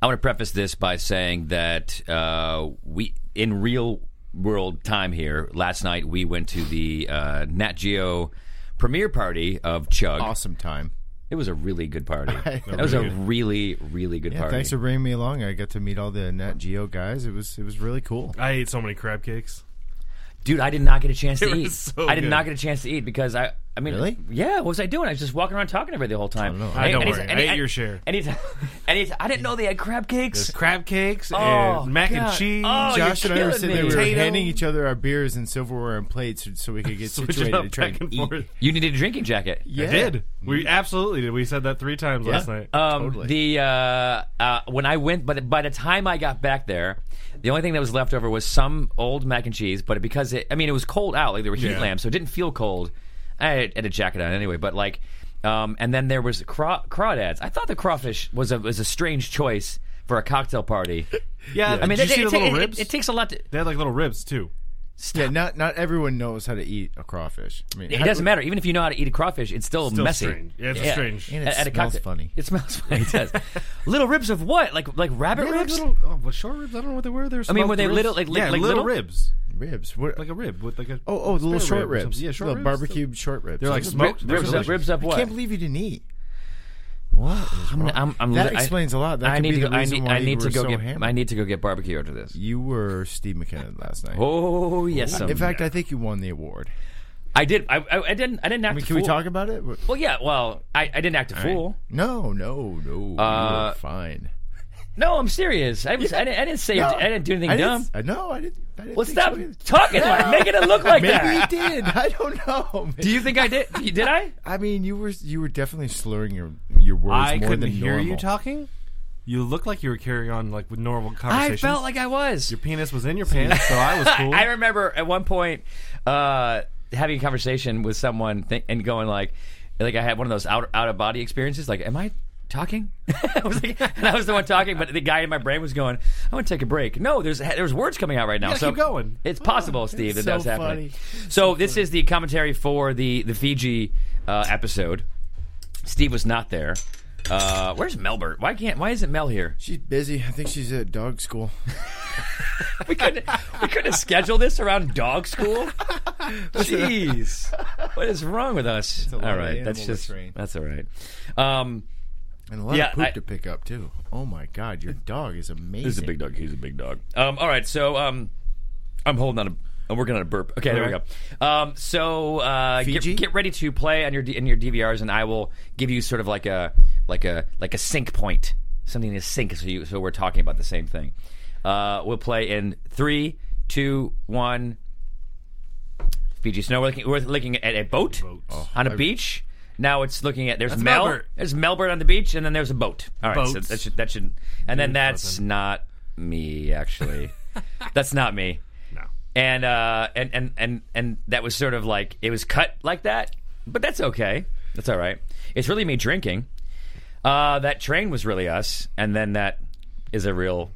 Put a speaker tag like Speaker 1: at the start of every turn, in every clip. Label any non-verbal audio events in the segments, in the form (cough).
Speaker 1: I want to preface this by saying that uh, we, in real world time here, last night we went to the uh, Nat Geo premiere party of Chug.
Speaker 2: Awesome time.
Speaker 1: It was a really good party. That was a really, really good
Speaker 2: Yeah,
Speaker 1: party.
Speaker 2: thanks for bringing me along. I got to meet all the Nat Geo guys. It was it was really cool.
Speaker 3: I ate so many crab cakes.
Speaker 1: Dude, I did not get a chance to
Speaker 3: It was
Speaker 1: eat.
Speaker 3: so
Speaker 1: I did
Speaker 3: good.
Speaker 1: not get a chance to eat because I. I mean,
Speaker 2: Really?
Speaker 1: Yeah, what was I doing? I was just walking around talking to everybody the whole time. I
Speaker 2: don't know.
Speaker 3: Ah, don't worry. I ate your share.
Speaker 1: (laughs) Anytime, anytime, I didn't know they had crab cakes.
Speaker 3: There's crab cakes
Speaker 1: Oh,
Speaker 3: and mac
Speaker 1: God.
Speaker 3: and cheese. (laughs)
Speaker 1: Oh, you're
Speaker 2: Josh and I were
Speaker 1: killing
Speaker 2: sitting there.
Speaker 1: me.
Speaker 2: We were
Speaker 1: Potato.
Speaker 2: handing each other our beers and silverware and plates so we
Speaker 1: (laughs)
Speaker 2: could get
Speaker 3: Switch it
Speaker 2: situated
Speaker 3: up
Speaker 2: to try
Speaker 3: back
Speaker 2: and
Speaker 3: and
Speaker 2: eat.
Speaker 3: forth.
Speaker 1: You needed a drinking jacket.
Speaker 2: Yeah.
Speaker 3: I did.
Speaker 1: Mm-hmm.
Speaker 3: We absolutely did. We said that three times last night.
Speaker 1: Um,
Speaker 2: Totally.
Speaker 1: The uh, uh, when I went, but by the time I got back there, the only thing that was left over was some old mac and cheese. But because it, I mean, it was cold out, like there were heat
Speaker 3: Yeah.
Speaker 1: lamps, so it didn't feel cold. I had, had a jacket on anyway, but like, um, and then there was craw- crawdads. I thought the crawfish was a was a strange choice for a cocktail party.
Speaker 3: (laughs) yeah,
Speaker 1: I mean,
Speaker 3: did
Speaker 1: it,
Speaker 3: you see
Speaker 1: it-
Speaker 3: the
Speaker 1: it-
Speaker 3: little
Speaker 1: it-
Speaker 3: ribs?
Speaker 1: it takes a lot. to...
Speaker 3: they had like little ribs too.
Speaker 2: Yeah, not not everyone knows how to eat a crawfish. I mean,
Speaker 1: It
Speaker 2: how-
Speaker 1: doesn't matter. Even if you know how to eat a crawfish, it's still,
Speaker 3: Still
Speaker 1: messy.
Speaker 3: strange. Yeah, it's
Speaker 1: Yeah.
Speaker 3: strange.
Speaker 2: And it smells funny.
Speaker 1: It smells (laughs) funny. It does. little ribs of what? Like like rabbit
Speaker 3: They had, like,
Speaker 1: ribs?
Speaker 3: little, oh, what, short ribs? I don't know what they were. They were
Speaker 1: I mean, were
Speaker 3: smoked
Speaker 1: they
Speaker 3: ribs.
Speaker 1: little- like- like-
Speaker 3: yeah,
Speaker 1: like
Speaker 3: little
Speaker 1: little?
Speaker 3: ribs,
Speaker 2: ribs. What,
Speaker 3: like a rib with like a
Speaker 2: oh, oh, the little
Speaker 3: spare
Speaker 2: short
Speaker 3: rib or something.
Speaker 2: ribs.
Speaker 3: Yeah, short
Speaker 2: little
Speaker 3: ribs.
Speaker 2: barbecued short ribs.
Speaker 3: They're like
Speaker 2: Those are
Speaker 3: smoked. They're
Speaker 1: Ribs of,
Speaker 3: delicious.
Speaker 1: ribs of
Speaker 2: I
Speaker 1: what?
Speaker 2: can't believe you didn't eat. What? is
Speaker 1: I'm,
Speaker 2: wrong?
Speaker 1: I'm, I'm
Speaker 2: that
Speaker 1: li- I-
Speaker 2: explains a lot. That
Speaker 1: I
Speaker 2: could
Speaker 1: need
Speaker 2: be
Speaker 1: to.
Speaker 2: the
Speaker 1: I
Speaker 2: reason
Speaker 1: need,
Speaker 2: why
Speaker 1: I
Speaker 2: you
Speaker 1: need
Speaker 2: were
Speaker 1: to go
Speaker 2: so
Speaker 1: get.
Speaker 2: hammered.
Speaker 1: I need to go get barbecue after this.
Speaker 2: You were Steve McKinnon last night.
Speaker 1: Oh yes, um,
Speaker 2: In fact, I think you won the award.
Speaker 1: I did. I, I, I didn't. I didn't act.
Speaker 2: I mean,
Speaker 1: a
Speaker 2: can we
Speaker 1: fool.
Speaker 2: talk about it? What-
Speaker 1: Well, yeah. Well, I, I didn't act a fool.
Speaker 2: No, no, no. you
Speaker 1: Uh,
Speaker 2: were fine.
Speaker 1: No, I'm serious. I was. I, didn't, I didn't say.
Speaker 2: No,
Speaker 1: I didn't do anything
Speaker 2: I
Speaker 1: dumb.
Speaker 2: Didn't, I- no, I didn't. I didn't
Speaker 1: well,
Speaker 2: think
Speaker 1: stop
Speaker 2: so either.
Speaker 1: talking. like, making it look like
Speaker 2: (laughs) Maybe you
Speaker 1: that.
Speaker 2: did. I don't know.
Speaker 1: Do you think I did? Did I?
Speaker 2: I mean, you were you were definitely slurring your your words
Speaker 3: I
Speaker 2: more
Speaker 3: couldn't
Speaker 2: than
Speaker 3: hear
Speaker 2: normal.
Speaker 3: you talking. You looked like you were carrying on like with normal
Speaker 1: I
Speaker 3: conversations.
Speaker 1: felt like I was.
Speaker 3: your penis was in your pants, so I was cool.
Speaker 1: (laughs) I remember at one point uh, having a conversation with someone th- and going like, like I had one of those out out of body experiences. Like, am I talking? (laughs) I was like, and I was the one talking, but the guy in my brain was going, "I'm gonna take a break." No, there's there's words coming out right now.
Speaker 3: gotta
Speaker 1: so
Speaker 3: keep going.
Speaker 1: It's possible, Steve, that
Speaker 2: it's
Speaker 1: that's
Speaker 2: so
Speaker 1: happening.
Speaker 2: funny.
Speaker 1: So this is the commentary for the the Fiji uh, episode. Steve was not there. Uh, where's Melbert? Why can't? Why isn't Mel here?
Speaker 2: She's busy. I think she's at dog school. (laughs)
Speaker 1: We couldn't we couldn't schedule this around dog school. Jeez, what is wrong with us?
Speaker 2: a lot
Speaker 1: all
Speaker 2: of
Speaker 1: right, that's
Speaker 2: animal
Speaker 1: just
Speaker 2: restraint.
Speaker 1: that's all right. Um,
Speaker 2: And a lot
Speaker 1: Yeah,
Speaker 2: of poop
Speaker 1: I-
Speaker 2: to pick up too. Oh my god, your dog is amazing.
Speaker 1: dog. He's a big dog. Um, all right, so um, I'm holding on. A, I'm working on a burp. Okay, there
Speaker 3: All right.
Speaker 1: we go. Um, so uh, get,
Speaker 2: Fiji?
Speaker 1: get ready to play on your D- in your DVRs, and I will give you sort of like a like a like a sync point, something to sync. So you so we're talking about the same thing. Uh, we'll play in three, two, one. Fiji snow. We're looking, we're looking at a boat, on a beach. Now it's looking at there's
Speaker 3: That's
Speaker 1: Mel.
Speaker 3: Melbourne.
Speaker 1: There's Melbourne on the beach, and then there's a boat. All right, so
Speaker 3: Boats.
Speaker 1: that should that should, and then that's
Speaker 3: cousin.
Speaker 1: not me
Speaker 3: (laughs)
Speaker 1: actually. that's not me.
Speaker 3: no.
Speaker 1: And uh, and and and and that was sort of like it was cut like that, but that's okay. That's all right. It's really me drinking. Uh, that train was really us, and then that is a real.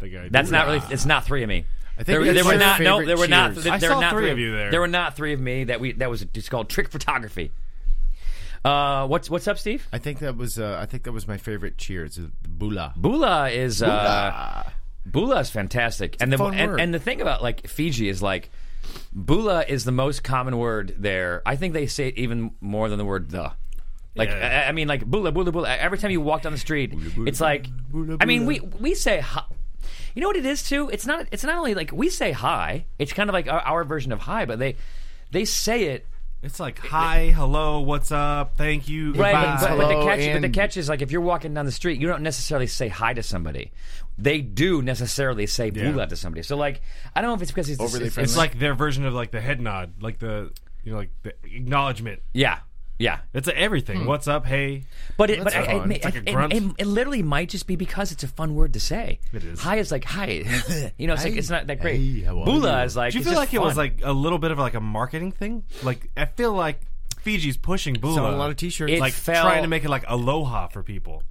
Speaker 3: The guy-
Speaker 1: That's not really. It's not three of me.
Speaker 2: I think
Speaker 1: There,
Speaker 2: that's
Speaker 1: there were
Speaker 2: your
Speaker 1: not no.
Speaker 2: favorite
Speaker 1: There were not.
Speaker 2: cheers.
Speaker 1: There,
Speaker 3: I
Speaker 1: there
Speaker 3: saw
Speaker 1: were not
Speaker 3: three of you there.
Speaker 1: There were not three of me. That we. That was. It's called trick photography. Uh, what's what's up, Steve?
Speaker 2: I think that was uh, I think that was my favorite Cheers, the Bula.
Speaker 1: Bula is uh, Bula is fantastic, and the
Speaker 2: fun
Speaker 1: and,
Speaker 2: word.
Speaker 1: and the thing about like Fiji is like Bula is the most common word there. I think they say it even more than the word the. Like
Speaker 3: Yeah.
Speaker 1: I, I mean, like Bula Bula Bula. Every time you walk down the street, it's like I mean, we we say hi. You know what it is too? It's not it's not only like we say hi. It's kind of like our, our version of hi, but they they say it
Speaker 3: It's like hi, hello, what's up, thank you,
Speaker 1: Right, but, but,
Speaker 3: goodbye.
Speaker 1: but the
Speaker 2: Hello,
Speaker 1: catch, but the
Speaker 2: and-
Speaker 1: catch is like if you're walking down the street, you don't necessarily say hi to somebody. They do necessarily say bula to somebody. So like, I don't know if it's because it's
Speaker 2: Overly
Speaker 1: it's,
Speaker 2: friendly.
Speaker 3: it's like their version of like the head nod, like the you know, like the acknowledgement.
Speaker 1: yeah, yeah.
Speaker 3: It's
Speaker 1: Hmm.
Speaker 3: everything. What's up? Hey,
Speaker 1: But it, but I,
Speaker 2: That's
Speaker 1: I,
Speaker 2: fun.
Speaker 1: it,
Speaker 2: It's
Speaker 3: like a
Speaker 1: it,
Speaker 3: grunt.
Speaker 1: it- it literally might just be because it's a fun word to say.
Speaker 3: It is.
Speaker 1: Hi is like
Speaker 3: (laughs)
Speaker 1: hi. you know, it's like it's not that great.
Speaker 2: Hey, how are
Speaker 1: bula
Speaker 2: you?
Speaker 1: is like.
Speaker 3: do you
Speaker 1: it's
Speaker 3: feel
Speaker 1: just
Speaker 3: like it was
Speaker 1: fun.
Speaker 3: like a little bit of like a marketing thing? Like I feel like Fiji's pushing Bula.
Speaker 2: Selling a lot of T-shirts.
Speaker 1: It (laughs)
Speaker 3: like
Speaker 1: fell-
Speaker 3: trying to make it like aloha for people.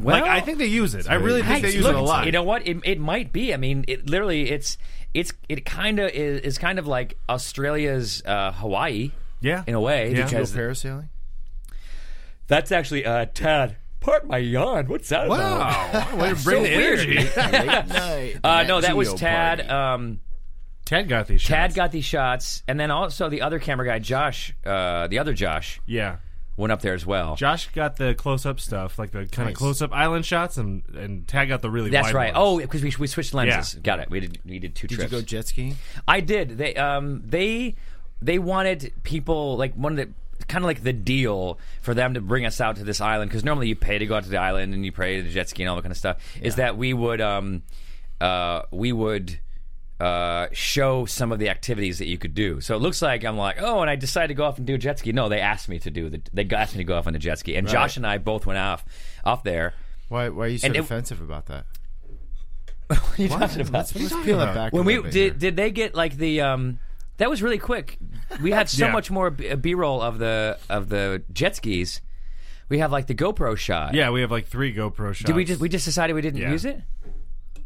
Speaker 1: Well,
Speaker 3: like I think they use it. I really
Speaker 1: Hey,
Speaker 3: think they use
Speaker 1: look,
Speaker 3: it a lot.
Speaker 1: You know what? It, it might be. I mean, it literally it's it's it kind of is, is kind of like Australia's uh, Hawaii
Speaker 3: yeah,
Speaker 1: in a way
Speaker 3: Yeah.
Speaker 2: Go
Speaker 1: because
Speaker 2: parasailing.
Speaker 1: That's actually uh, Tad. Pardon my yawn. What's that (laughs)
Speaker 2: (laughs)
Speaker 3: Wow. Way to bring the energy.
Speaker 4: Late night.
Speaker 1: Uh,
Speaker 4: Nat
Speaker 1: no, that was
Speaker 4: Geo
Speaker 1: Tad.
Speaker 4: party.
Speaker 1: Um,
Speaker 3: Tad got these shots.
Speaker 1: Tad got these shots, and then also the other camera guy, Josh, uh, the other Josh,
Speaker 3: Yeah.
Speaker 1: went up there as well.
Speaker 3: Josh got the close up stuff, like the kind
Speaker 2: Nice.
Speaker 3: of close up island shots, and and Tad got the really
Speaker 1: That's
Speaker 3: wide
Speaker 1: right.
Speaker 3: ones.
Speaker 1: Oh, because we, we switched lenses. Got it. We did. We did two
Speaker 2: Did
Speaker 1: trips.
Speaker 2: you go jet skiing?
Speaker 1: I did. They um they they wanted people like one of the kind of like the deal for them to bring us out to this island because normally you pay to go out to the island and you pay to jet ski and all that kind of stuff. Is that we would um uh we would. Uh, show some of the activities that you could do. So it looks like I'm like, oh, and I decided to go off and do a jet ski. No, they asked me to do the. They asked me to go off on the jet ski, and Josh and I both went off, off there.
Speaker 2: Why, why are you so
Speaker 1: And it-
Speaker 2: defensive
Speaker 1: (laughs)
Speaker 2: about that?
Speaker 1: What are (laughs) you talking about?
Speaker 2: Let's, let's peel it
Speaker 3: about?
Speaker 2: back.
Speaker 1: when
Speaker 2: a
Speaker 1: we
Speaker 2: little bit
Speaker 1: did did they get like the um that was really quick we had so
Speaker 3: Yeah.
Speaker 1: much more b- uh, b-roll of the of the jet skis we have like the gopro shot
Speaker 3: Yeah, we have like three GoPro shots.
Speaker 1: did we just we just decided we didn't
Speaker 3: Yeah.
Speaker 1: use it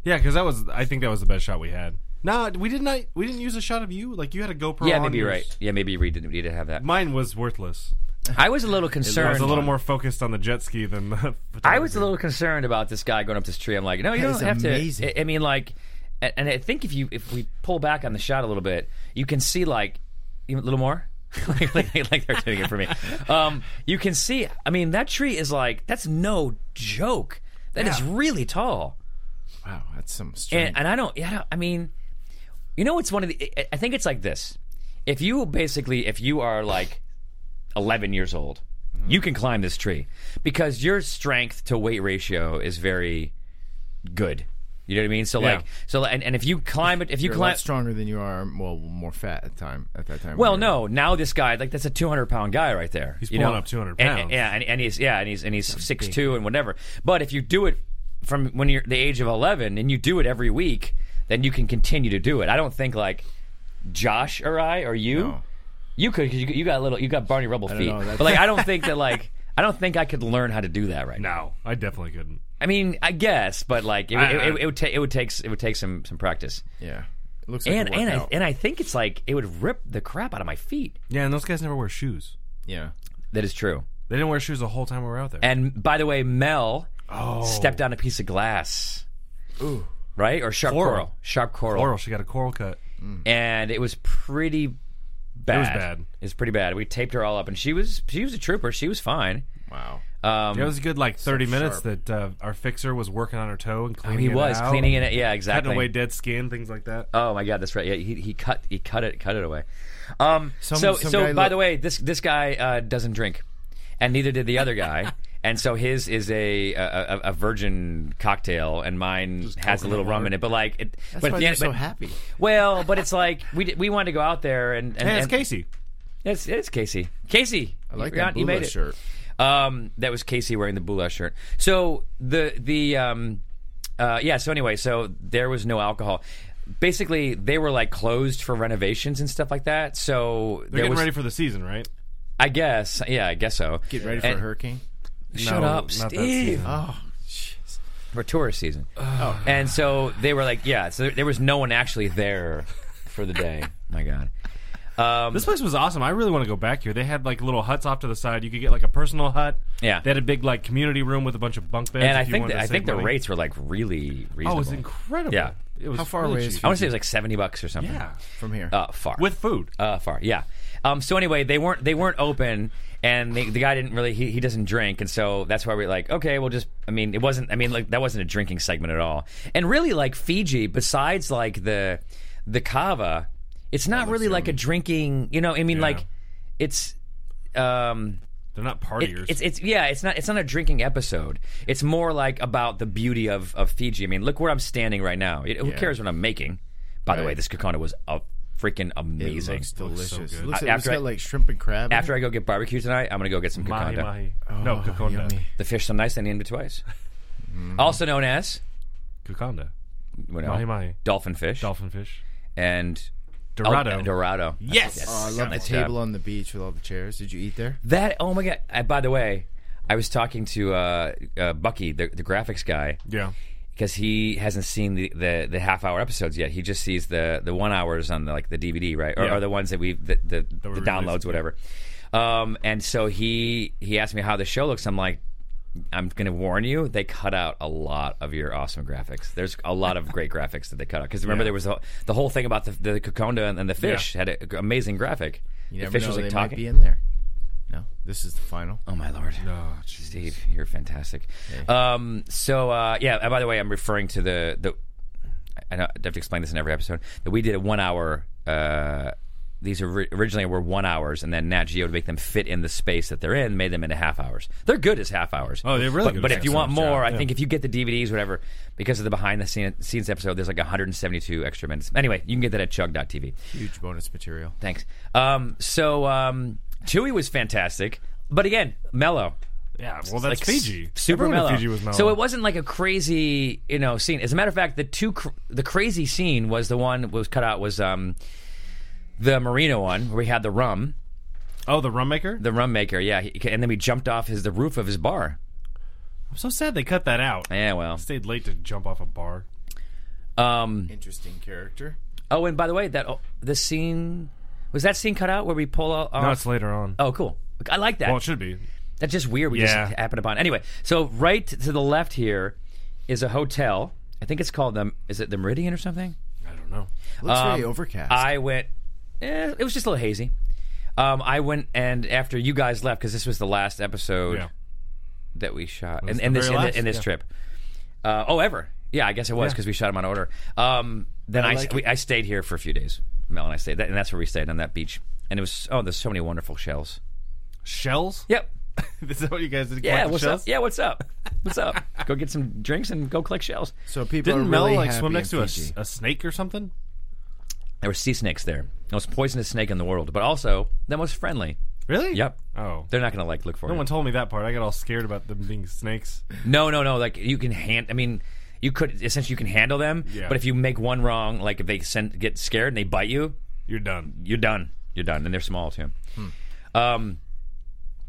Speaker 3: Yeah, because that was I think that was the best shot we had. No, we did not. We didn't use a shot of you. Like you had a GoPro.
Speaker 1: yeah
Speaker 3: on
Speaker 1: maybe you're
Speaker 3: yours.
Speaker 1: right yeah maybe we didn't need to have that
Speaker 3: Mine was worthless.
Speaker 1: i was a little
Speaker 3: I
Speaker 1: concerned
Speaker 3: was a little more focused on the jet ski than the. (laughs)
Speaker 1: I was a little concerned about this guy going up this tree. I'm like, no, you
Speaker 2: That
Speaker 1: don't
Speaker 2: is
Speaker 1: have
Speaker 2: amazing.
Speaker 1: to. I- I mean, like, and and I think if you if we pull back on the shot a little bit, you can see like you- a little more. (laughs) like, like, like they're doing it for me. Um, you can see. I mean, that tree is like that's no joke. That is really tall,
Speaker 2: Wow, that's some strange.
Speaker 1: and and I don't. Yeah, I don't- I mean, you know, it's one of the. I- I think it's like this. If you basically, if you are like 11 years old,
Speaker 2: Mm-hmm.
Speaker 1: you can climb this tree because your strength to weight ratio is very good. You know what I mean? So like, so and, and if you climb it, if you
Speaker 2: You're a
Speaker 1: climb,
Speaker 2: lot stronger than you are. Well, more fat at time at that time.
Speaker 1: well, no, now this guy, like that's a 200 pound guy right there. He's
Speaker 3: pulling up
Speaker 1: And,
Speaker 3: 200 pounds.
Speaker 1: yeah, and, and he's yeah, and he's and he's six two and whatever. But if you do it from when you're the age of 11 and you do it every week, then you can continue to do it. I don't think like Josh or I or you.
Speaker 2: No.
Speaker 1: You could because you, you got little you got Barney Rubble feet,
Speaker 2: know, that's-
Speaker 1: but like I don't think that like I don't think I could learn how to do that right now.
Speaker 3: No, I definitely couldn't.
Speaker 1: I mean, I guess, but like it,
Speaker 3: I-
Speaker 1: it, it,
Speaker 3: I-
Speaker 1: it would take it would take s- it would take some some practice.
Speaker 2: Yeah. It looks like
Speaker 1: And
Speaker 2: a
Speaker 1: and I
Speaker 2: workout.
Speaker 1: and I think it's like it would rip the crap out of my feet.
Speaker 3: Yeah, and those guys never wear shoes.
Speaker 2: yeah.
Speaker 1: That is true.
Speaker 3: They didn't wear shoes the whole time we were out there.
Speaker 1: And by the way, Mel
Speaker 3: Oh.
Speaker 1: stepped on a piece of glass. Ooh. Right? Or sharp coral.
Speaker 3: Coral.
Speaker 1: Sharp coral.
Speaker 3: Laurel, she got a coral cut.
Speaker 1: And it was pretty bad.
Speaker 3: was bad.
Speaker 1: It was pretty bad. We taped her all up and she was she was a trooper. She was fine.
Speaker 2: Wow.
Speaker 1: Um
Speaker 3: It was a good like thirty minutes that uh, our fixer was working on her toe and cleaning.
Speaker 1: Oh, he
Speaker 3: it
Speaker 1: was
Speaker 3: out,
Speaker 1: cleaning it. Yeah,
Speaker 3: cutting
Speaker 1: exactly.
Speaker 3: away dead skin, things like that.
Speaker 1: Oh my god, that's right. Yeah, he, he cut he cut it cut it away. Um,
Speaker 2: Some-
Speaker 1: so
Speaker 2: some
Speaker 1: so
Speaker 2: guy
Speaker 1: by
Speaker 2: look-
Speaker 1: the way, this this guy uh, doesn't drink, and neither did the other
Speaker 2: (laughs)
Speaker 1: guy. And so his is a a, a, a virgin cocktail, and mine has a little rum in it. But like, it,
Speaker 2: That's
Speaker 1: but at
Speaker 2: why
Speaker 1: the
Speaker 2: they're
Speaker 1: end,
Speaker 2: so
Speaker 1: but-
Speaker 2: happy.
Speaker 1: Well, but it's like we did, we wanted to go out there and and,
Speaker 3: Hey, it's
Speaker 1: and-
Speaker 3: Casey.
Speaker 1: It's, it's Casey. Casey,
Speaker 2: I like
Speaker 1: you're
Speaker 2: that
Speaker 1: on- you
Speaker 2: Bula
Speaker 1: made it.
Speaker 2: shirt.
Speaker 1: Um, that was Casey wearing the Bula shirt. So the the um, uh, yeah. So anyway, so there was no alcohol. Basically, they were like closed for renovations and stuff like that. So
Speaker 3: They're
Speaker 1: there
Speaker 3: getting
Speaker 1: was,
Speaker 3: ready for the season, right?
Speaker 1: I guess, yeah, I guess so.
Speaker 2: Get ready for
Speaker 1: And-
Speaker 2: a hurricane.
Speaker 1: Shut
Speaker 3: No,
Speaker 1: up,
Speaker 3: not that
Speaker 1: Steve.
Speaker 3: season. Oh.
Speaker 2: Oh, jeez.
Speaker 1: For tourist season.
Speaker 3: (sighs)
Speaker 1: And so they were like, yeah. So there, there was no one actually there for the
Speaker 3: (laughs)
Speaker 1: day. My God. Um,
Speaker 3: This place was awesome. I really want to go back here. They had like little huts off to the side. You could get like a personal hut.
Speaker 1: Yeah.
Speaker 3: They had a big like community room with a bunch of bunk beds.
Speaker 1: and
Speaker 3: if
Speaker 1: I
Speaker 3: you
Speaker 1: think
Speaker 3: wanted
Speaker 1: the,
Speaker 3: to
Speaker 1: I
Speaker 3: save
Speaker 1: think the
Speaker 3: money.
Speaker 1: rates were like really reasonable.
Speaker 3: Oh, it was incredible.
Speaker 1: Yeah.
Speaker 3: It was
Speaker 2: How far
Speaker 3: really
Speaker 2: away is
Speaker 3: cheap.
Speaker 1: I want to say it was like seventy bucks or something.
Speaker 3: Yeah.
Speaker 2: From here.
Speaker 1: Uh, far
Speaker 3: With food.
Speaker 1: uh, far. Yeah. Um, so anyway, they weren't they weren't open, and the, the guy didn't really he, he doesn't drink, and so that's why we're like, okay, we'll just. I mean, it wasn't. I mean, like that wasn't a drinking segment at all. And really, like Fiji, besides like the the kava, it's not really like a drinking. You know, I mean,
Speaker 3: Yeah.
Speaker 1: like it's. Um,
Speaker 3: They're not
Speaker 1: it-
Speaker 3: partiers.
Speaker 1: it's it's yeah, it's not it's not a drinking episode. It's more like about the beauty of of Fiji. I mean, look where I'm standing right now. It- Who cares what I'm making? By the
Speaker 2: Right.
Speaker 1: way, this kokona was a freaking
Speaker 2: it
Speaker 1: amazing.
Speaker 2: looks delicious.
Speaker 3: so good.
Speaker 2: it looks
Speaker 1: Uh,
Speaker 2: like, it's
Speaker 1: after I-
Speaker 2: got like shrimp and crab. in
Speaker 1: After I go get barbecue tonight, I'm gonna go get some
Speaker 3: mahi
Speaker 1: kokanda.
Speaker 3: mahi. no,
Speaker 2: it. Oh,
Speaker 3: Kokonda.
Speaker 2: yummy.
Speaker 1: The fish so nice I named it twice. Also known as
Speaker 3: Kokonda.
Speaker 1: you know,
Speaker 3: Mm. Mahi mahi.
Speaker 1: dolphin fish
Speaker 3: Dolphin fish.
Speaker 1: Oh. and
Speaker 3: Dorado.
Speaker 1: Oh, dorado.
Speaker 3: Yes.
Speaker 2: Oh, I love the table on the beach with all the chairs. Did you eat there?
Speaker 1: That oh my god! I, by the way, I was talking to uh, uh, Bucky, the, the graphics guy,
Speaker 3: Yeah.
Speaker 1: because he hasn't seen the, the, the half hour episodes yet. He just sees the the one hours on the, like the DVD, right? Or,
Speaker 3: Yeah.
Speaker 1: or the ones that we the the, the
Speaker 3: we
Speaker 1: downloads,
Speaker 3: released.
Speaker 1: whatever. Um, and so he he asked me how the show looks. I'm like, I'm going to warn you, they cut out a lot of your awesome graphics. There's a lot of great graphics that they cut out. Because remember, there was the, the whole thing about the, the Kokonda and, and the fish had an amazing graphic.
Speaker 2: You
Speaker 1: the
Speaker 2: never
Speaker 1: fish
Speaker 2: know,
Speaker 1: was like
Speaker 2: they
Speaker 1: talking.
Speaker 2: might be in there. No, this is the final.
Speaker 1: Oh my lord!
Speaker 3: Oh, jeez.
Speaker 1: Steve, you're fantastic. Um, so uh, yeah. And by the way, I'm referring to the the. I- I know- I have to explain this in every episode that we did a one hour. Uh, these ori- originally were one hours, and then Nat Geo to make them fit in the space that they're in made them into half hours. They're good as half hours.
Speaker 3: Oh, they're really
Speaker 1: But,
Speaker 3: good
Speaker 1: but
Speaker 3: as
Speaker 1: if you
Speaker 3: half
Speaker 1: want
Speaker 3: hours, yeah.
Speaker 1: more, I
Speaker 3: Yeah.
Speaker 1: think if you get the DVDs, whatever, because of the behind the scene- scenes episode, there's like 172 extra minutes. Anyway, you can get that at chug.tv.
Speaker 2: Huge bonus material.
Speaker 1: Thanks. Um, so um, Chewy was fantastic, but again, mellow.
Speaker 3: Yeah, well, that's
Speaker 1: Like,
Speaker 3: Fiji.
Speaker 1: s- Super
Speaker 3: Everyone in
Speaker 1: mellow.
Speaker 3: Fiji was mellow.
Speaker 1: So it wasn't like a crazy, you know, scene. As a matter of fact, the two cr- the crazy scene was the one was cut out was um the Marina one where we had the rum,
Speaker 3: Oh, the rum maker.
Speaker 1: the rum maker. Yeah, he, and then we jumped off his the roof of his bar.
Speaker 3: I'm so sad they cut that out.
Speaker 1: Yeah, well.
Speaker 3: Stayed late to jump off a bar.
Speaker 1: Um
Speaker 2: Interesting character.
Speaker 1: oh and by the way, that oh, the scene was that scene cut out where we pull out
Speaker 3: No, it's later on.
Speaker 1: Oh, cool. I like that.
Speaker 3: Well, it should be.
Speaker 1: That's just weird. We
Speaker 3: Yeah.
Speaker 1: just happened upon. Anyway, so right to the left here is a hotel. I think it's called the is it the Meridian or something?
Speaker 3: I don't know.
Speaker 2: Looks
Speaker 1: Um,
Speaker 2: very overcast. (laughs)
Speaker 1: I went. Eh, it was just a little hazy. Um, I went and after you guys left because this was the last episode
Speaker 3: Yeah.
Speaker 1: that we shot, and,
Speaker 3: the
Speaker 1: and this
Speaker 3: very
Speaker 1: in,
Speaker 3: last,
Speaker 1: the, in this
Speaker 3: yeah.
Speaker 1: trip. Uh, oh, ever? Yeah, I guess it was because we shot them on order. Um, then I
Speaker 2: like
Speaker 1: we, I stayed here for a few days. Mel and I stayed, and that's where we stayed on that beach. And it was oh, there's so many wonderful shells.
Speaker 3: Shells? (laughs)
Speaker 1: Yep.
Speaker 3: Is that what you guys did?
Speaker 1: Yeah.
Speaker 3: collect the
Speaker 1: What's
Speaker 3: shells?
Speaker 1: up? Yeah. What's up? What's up? (laughs) go get some drinks and go collect shells.
Speaker 2: so people
Speaker 3: Didn't
Speaker 2: are
Speaker 3: Mel
Speaker 2: really
Speaker 3: like
Speaker 2: happy
Speaker 3: swim next
Speaker 2: in
Speaker 3: to a,
Speaker 2: Fiji.
Speaker 1: (laughs)
Speaker 3: s- a snake or something?
Speaker 1: There were sea snakes there. The most poisonous snake in the world, but also the most friendly.
Speaker 3: Really?
Speaker 1: Yep.
Speaker 3: Oh.
Speaker 1: They're not going to like look for
Speaker 3: No
Speaker 1: you.
Speaker 3: one told me that part. I got all scared about them being snakes.
Speaker 1: No, no, no. Like you can hand. I mean, you could essentially you can handle them.
Speaker 3: Yeah.
Speaker 1: But if you make one wrong, like if they send, get scared and they bite you,
Speaker 3: You're done.
Speaker 1: you're done. You're done, and they're small too.
Speaker 3: Hmm.
Speaker 1: Um,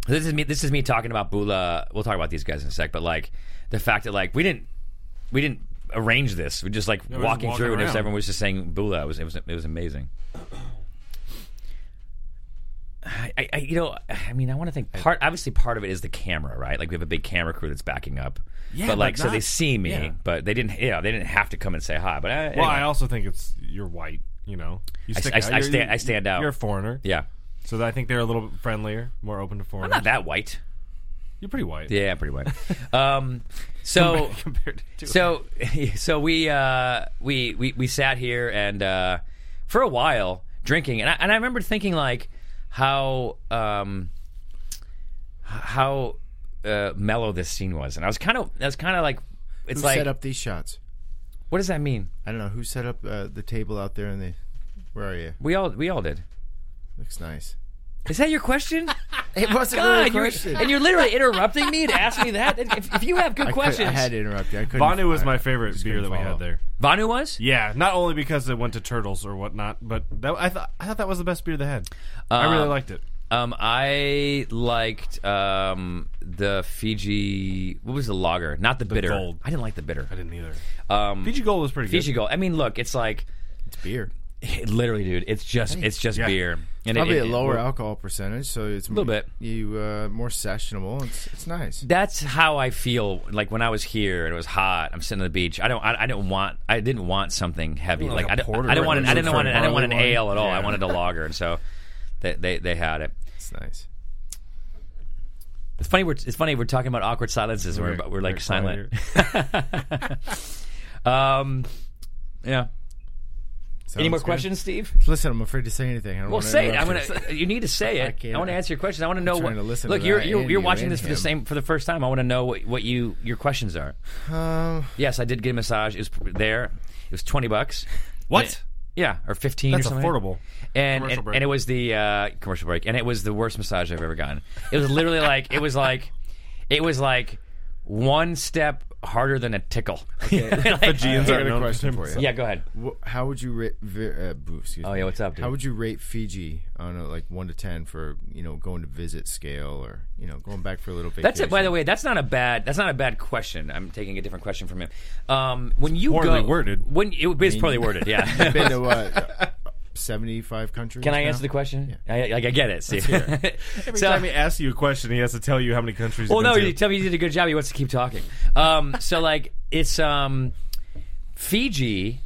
Speaker 1: this is me. This is me talking about Bula. We'll talk about these guys in a sec. But like the fact that like we didn't we didn't arrange this. We're just like
Speaker 3: we're just
Speaker 1: walking
Speaker 3: walking
Speaker 1: through, and just
Speaker 3: around.
Speaker 1: everyone was just saying Bula. It was it was it was amazing. I, I you know I mean I want to think part obviously part of it is the camera right like we have a big camera crew that's backing up
Speaker 3: Yeah,
Speaker 1: but
Speaker 3: but
Speaker 1: like so
Speaker 3: not-
Speaker 1: they see me
Speaker 3: yeah.
Speaker 1: but they didn't yeah they didn't have to come and say hi but I,
Speaker 3: Well,
Speaker 1: anyway.
Speaker 3: I also think it's you're white. You know, you
Speaker 1: I-
Speaker 3: stick
Speaker 1: I-
Speaker 3: out.
Speaker 1: I
Speaker 3: You're-
Speaker 1: stand- I stand out.
Speaker 3: You're a foreigner,
Speaker 1: yeah
Speaker 3: so I think they're a little bit friendlier, more open to
Speaker 1: I'm
Speaker 3: foreigners.
Speaker 1: not that white
Speaker 3: You're pretty white.
Speaker 1: Yeah, pretty white. um,
Speaker 2: (laughs)
Speaker 1: so
Speaker 3: compared to
Speaker 1: so (laughs) so we uh, we we we sat here and uh, for a while drinking, and I, and I remember thinking like how um, h- how uh, mellow this scene was, and I was kind of I was kind of like it's
Speaker 2: Who
Speaker 1: like
Speaker 2: set up these shots?
Speaker 1: what does that mean?
Speaker 2: I don't know who set up uh, the table out there in the. Where are you?
Speaker 1: We all we all did.
Speaker 2: Looks nice.
Speaker 1: Is that your
Speaker 2: (laughs)
Speaker 1: question?
Speaker 2: It wasn't
Speaker 1: God, you're, and you're literally interrupting me to ask me that. If, if you have good questions,
Speaker 2: I had to interrupt you. I couldn't.
Speaker 3: Bonu was
Speaker 2: I-
Speaker 3: my favorite
Speaker 2: just
Speaker 3: beer that
Speaker 2: couldn't
Speaker 3: we
Speaker 2: follow.
Speaker 3: had there.
Speaker 1: Vanu was.
Speaker 3: Yeah, not only because it went to turtles or whatnot, but that, I thought I thought that was the best beer they had. I
Speaker 1: Uh,
Speaker 3: really liked it.
Speaker 1: Um, I liked um, the Fiji. What was the lager? Not the, bitter.
Speaker 3: gold.
Speaker 1: I didn't like the bitter.
Speaker 3: I didn't either.
Speaker 1: Um,
Speaker 3: Fiji Gold was pretty
Speaker 1: Fiji
Speaker 3: good.
Speaker 1: gold. I mean, look, it's like
Speaker 2: It's beer.
Speaker 1: literally, dude. It's just it's just
Speaker 3: Yeah.
Speaker 1: beer. And it-
Speaker 2: Probably
Speaker 1: it-
Speaker 2: a
Speaker 1: it-
Speaker 2: lower alcohol percentage, so it's a
Speaker 1: Little bit.
Speaker 2: you uh, more sessionable. It's it's nice.
Speaker 1: That's how I feel. Like when I was here and it was hot. I'm sitting on the beach. I don't. I, I didn't want. I didn't want something heavy.
Speaker 3: You want
Speaker 1: Like,
Speaker 3: like
Speaker 1: I
Speaker 3: a
Speaker 1: didn't.
Speaker 3: porter
Speaker 1: I didn't want. An, I
Speaker 3: version
Speaker 1: didn't
Speaker 3: for
Speaker 1: want. An, I didn't want an
Speaker 3: barley wine.
Speaker 1: ale at all. I
Speaker 3: Yeah.
Speaker 1: wanted a lager, and so they they, they had it.
Speaker 2: It's nice.
Speaker 1: It's funny. We're, it's funny. We're talking about awkward silences. We're, we're,
Speaker 3: We're-
Speaker 1: like
Speaker 3: we're
Speaker 1: silent. (laughs) um, yeah. Any
Speaker 2: Sounds
Speaker 1: more
Speaker 2: good.
Speaker 1: questions, Steve?
Speaker 2: Listen, I'm afraid to say anything. I don't
Speaker 1: Well,
Speaker 2: want to
Speaker 1: say it. I'm
Speaker 2: interrupt you.
Speaker 1: gonna. (laughs) You need to say it. I,
Speaker 2: can't-
Speaker 1: want to answer your questions. I want to know what.
Speaker 2: trying to listen to
Speaker 1: look, you're
Speaker 2: that
Speaker 1: you're, you're
Speaker 2: interview
Speaker 1: watching
Speaker 2: and
Speaker 1: this for the
Speaker 2: him.
Speaker 1: same for the first time. I want to know what, what you your questions are.
Speaker 2: Um,
Speaker 1: Yes, I did get a massage. It was pr- there. It was twenty bucks.
Speaker 3: What?
Speaker 1: Yeah, or fifteen.
Speaker 3: That's
Speaker 1: or something.
Speaker 3: affordable.
Speaker 1: And
Speaker 3: Commercial
Speaker 1: and,
Speaker 3: break.
Speaker 1: and it was the uh, commercial break, and it was the worst massage I've ever gotten. It was literally like it was like it was like one step harder than a tickle. (laughs) Like-
Speaker 3: Fijians
Speaker 2: I
Speaker 3: are
Speaker 2: got a
Speaker 3: known
Speaker 2: question
Speaker 3: for
Speaker 2: for you.
Speaker 1: yeah, go ahead.
Speaker 2: wh- how would you rate? Vi- uh, boo, excuse
Speaker 1: Oh
Speaker 2: me.
Speaker 1: yeah, what's up, dude?
Speaker 2: How would you rate Fiji on a like one to ten for you know going to visit scale or you know going back for a little vacation?
Speaker 1: That's it. By the way, that's not a bad. That's not a bad question. I'm taking a different question from him. Um, when you
Speaker 3: Poorly
Speaker 1: go,
Speaker 3: worded.
Speaker 2: (laughs)
Speaker 3: (laughs)
Speaker 1: When it is poorly worded, yeah. (laughs)
Speaker 2: Been to, uh, seventy-five countries.
Speaker 1: Can I
Speaker 2: now?
Speaker 1: answer the question? I, like I get it. See? (laughs)
Speaker 3: Every
Speaker 1: so,
Speaker 3: time he asks you a question, he has to tell you how many countries.
Speaker 1: well,
Speaker 3: he's
Speaker 1: no,
Speaker 3: been
Speaker 1: you
Speaker 3: to.
Speaker 1: tell me you did a good job. He wants to keep talking. Um, so like it's um, Fiji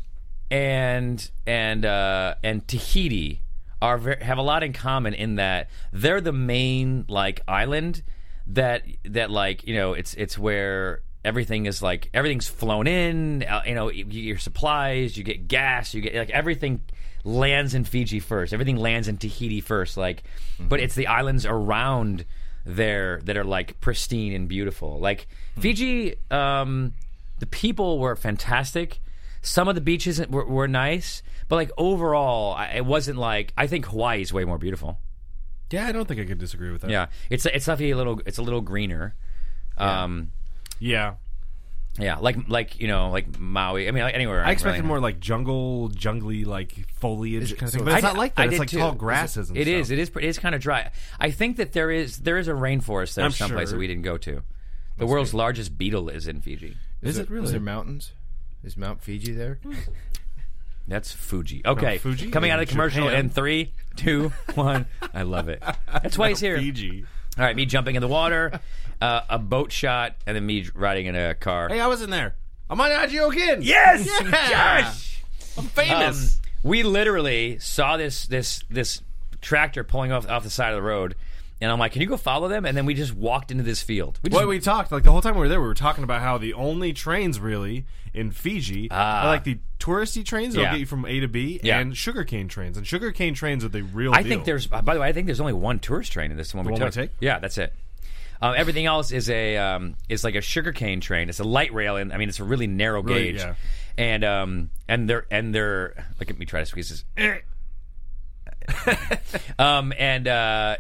Speaker 1: and and uh, and Tahiti are ver- have a lot in common in that they're the main like island that that like you know it's it's where everything is like everything's flown in uh, you know y- your supplies you get gas you get like everything lands in Fiji first everything lands in Tahiti first like but it's the islands around there that are like pristine and beautiful like Fiji um the people were fantastic some of the beaches were, were nice but like overall I, it wasn't like I think Hawaii is way more beautiful
Speaker 3: yeah, I don't think I could disagree with that.
Speaker 1: yeah it's it's definitely a little it's a little greener um
Speaker 3: yeah.
Speaker 1: yeah, like like you know, like Maui. I mean, like anywhere.
Speaker 3: I expected
Speaker 1: really.
Speaker 3: more like jungle, jungly, like foliage
Speaker 2: it-
Speaker 3: kind of
Speaker 2: so
Speaker 3: thing.
Speaker 2: it's-
Speaker 3: But it's
Speaker 1: I-
Speaker 3: not like that.
Speaker 1: I
Speaker 3: it's
Speaker 1: did
Speaker 3: like
Speaker 1: too.
Speaker 3: tall grasses. and
Speaker 1: It
Speaker 3: stuff.
Speaker 1: is. It is. It is kind of dry. I think that there is there is a rainforest there
Speaker 3: I'm
Speaker 1: someplace
Speaker 3: sure.
Speaker 1: that we didn't go to. The world's largest beetle is in Fiji.
Speaker 2: Is,
Speaker 3: Is
Speaker 2: there-
Speaker 3: it really?
Speaker 2: Is there mountains? Is Mount Fiji there?
Speaker 1: That's Fuji. Okay,
Speaker 3: Fuji
Speaker 1: Coming out of
Speaker 3: in
Speaker 1: the commercial
Speaker 3: Japan.
Speaker 1: in three, two, (laughs) one. I love it. That's why he's here.
Speaker 3: Fiji.
Speaker 1: All right, me jumping in the (laughs) water, uh, a boat shot, and then me riding in a car.
Speaker 3: (laughs) Hey, I was in there. I'm on Agio again.
Speaker 1: Yes, (laughs)
Speaker 3: Yeah!
Speaker 1: Josh.
Speaker 3: I'm
Speaker 1: Um,
Speaker 3: famous.
Speaker 1: we literally saw this this this tractor pulling off off the side of the road, and I'm like, "Can you go follow them?" And then we just walked into this field. We just,
Speaker 3: (laughs) Well, we talked like the whole time we were there. We were talking about how the only trains really in Fiji
Speaker 1: Ah.
Speaker 3: are like the touristy trains that'll
Speaker 1: Yeah.
Speaker 3: get you from A to B,
Speaker 1: Yeah.
Speaker 3: and sugarcane trains. And sugarcane trains are the real.
Speaker 1: I
Speaker 3: deal.
Speaker 1: think there's. uh, by the way, I think there's only one tourist train in this one. we
Speaker 3: one we
Speaker 1: took.
Speaker 3: take?
Speaker 1: Yeah, that's it. Um, everything else is a um, is like a sugarcane train. It's a light rail, and I mean it's a really narrow
Speaker 3: Really,
Speaker 1: gauge.
Speaker 3: yeah.
Speaker 1: And um and they're and they're look at me try to squeeze this.
Speaker 3: (laughs)
Speaker 1: um and uh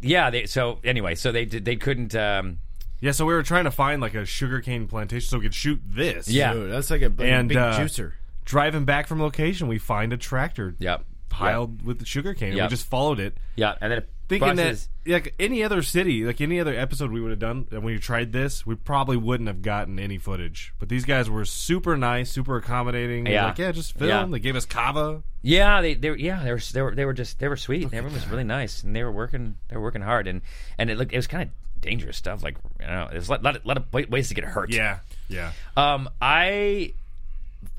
Speaker 1: yeah they so anyway so they did they couldn't um
Speaker 3: yeah. So we were trying to find like a sugarcane plantation so we could shoot this.
Speaker 1: Yeah.
Speaker 2: Um, Dude, that's like a, like a
Speaker 3: And,
Speaker 2: big
Speaker 3: uh,
Speaker 2: juicer.
Speaker 3: Driving back from location, we find a tractor.
Speaker 1: Yep.
Speaker 3: Piled with the sugarcane. and
Speaker 1: Yep.
Speaker 3: We just followed it.
Speaker 1: yeah and then it
Speaker 3: thinking
Speaker 1: buses-
Speaker 3: that like any other city, like any other episode we would have done, and we tried this, we probably wouldn't have gotten any footage. But these guys were super nice, super accommodating. They were
Speaker 1: Yeah.
Speaker 3: like yeah, just film.
Speaker 1: Yeah.
Speaker 3: They gave us kava.
Speaker 1: Yeah, they, they yeah they were they were they were just they were sweet. Everyone was really nice, and they were working they were working hard, and and it looked it was kind of dangerous stuff. Like you know, there's a lot, lot, of- lot of wa- ways to get hurt.
Speaker 3: Yeah, yeah.
Speaker 1: Um, I,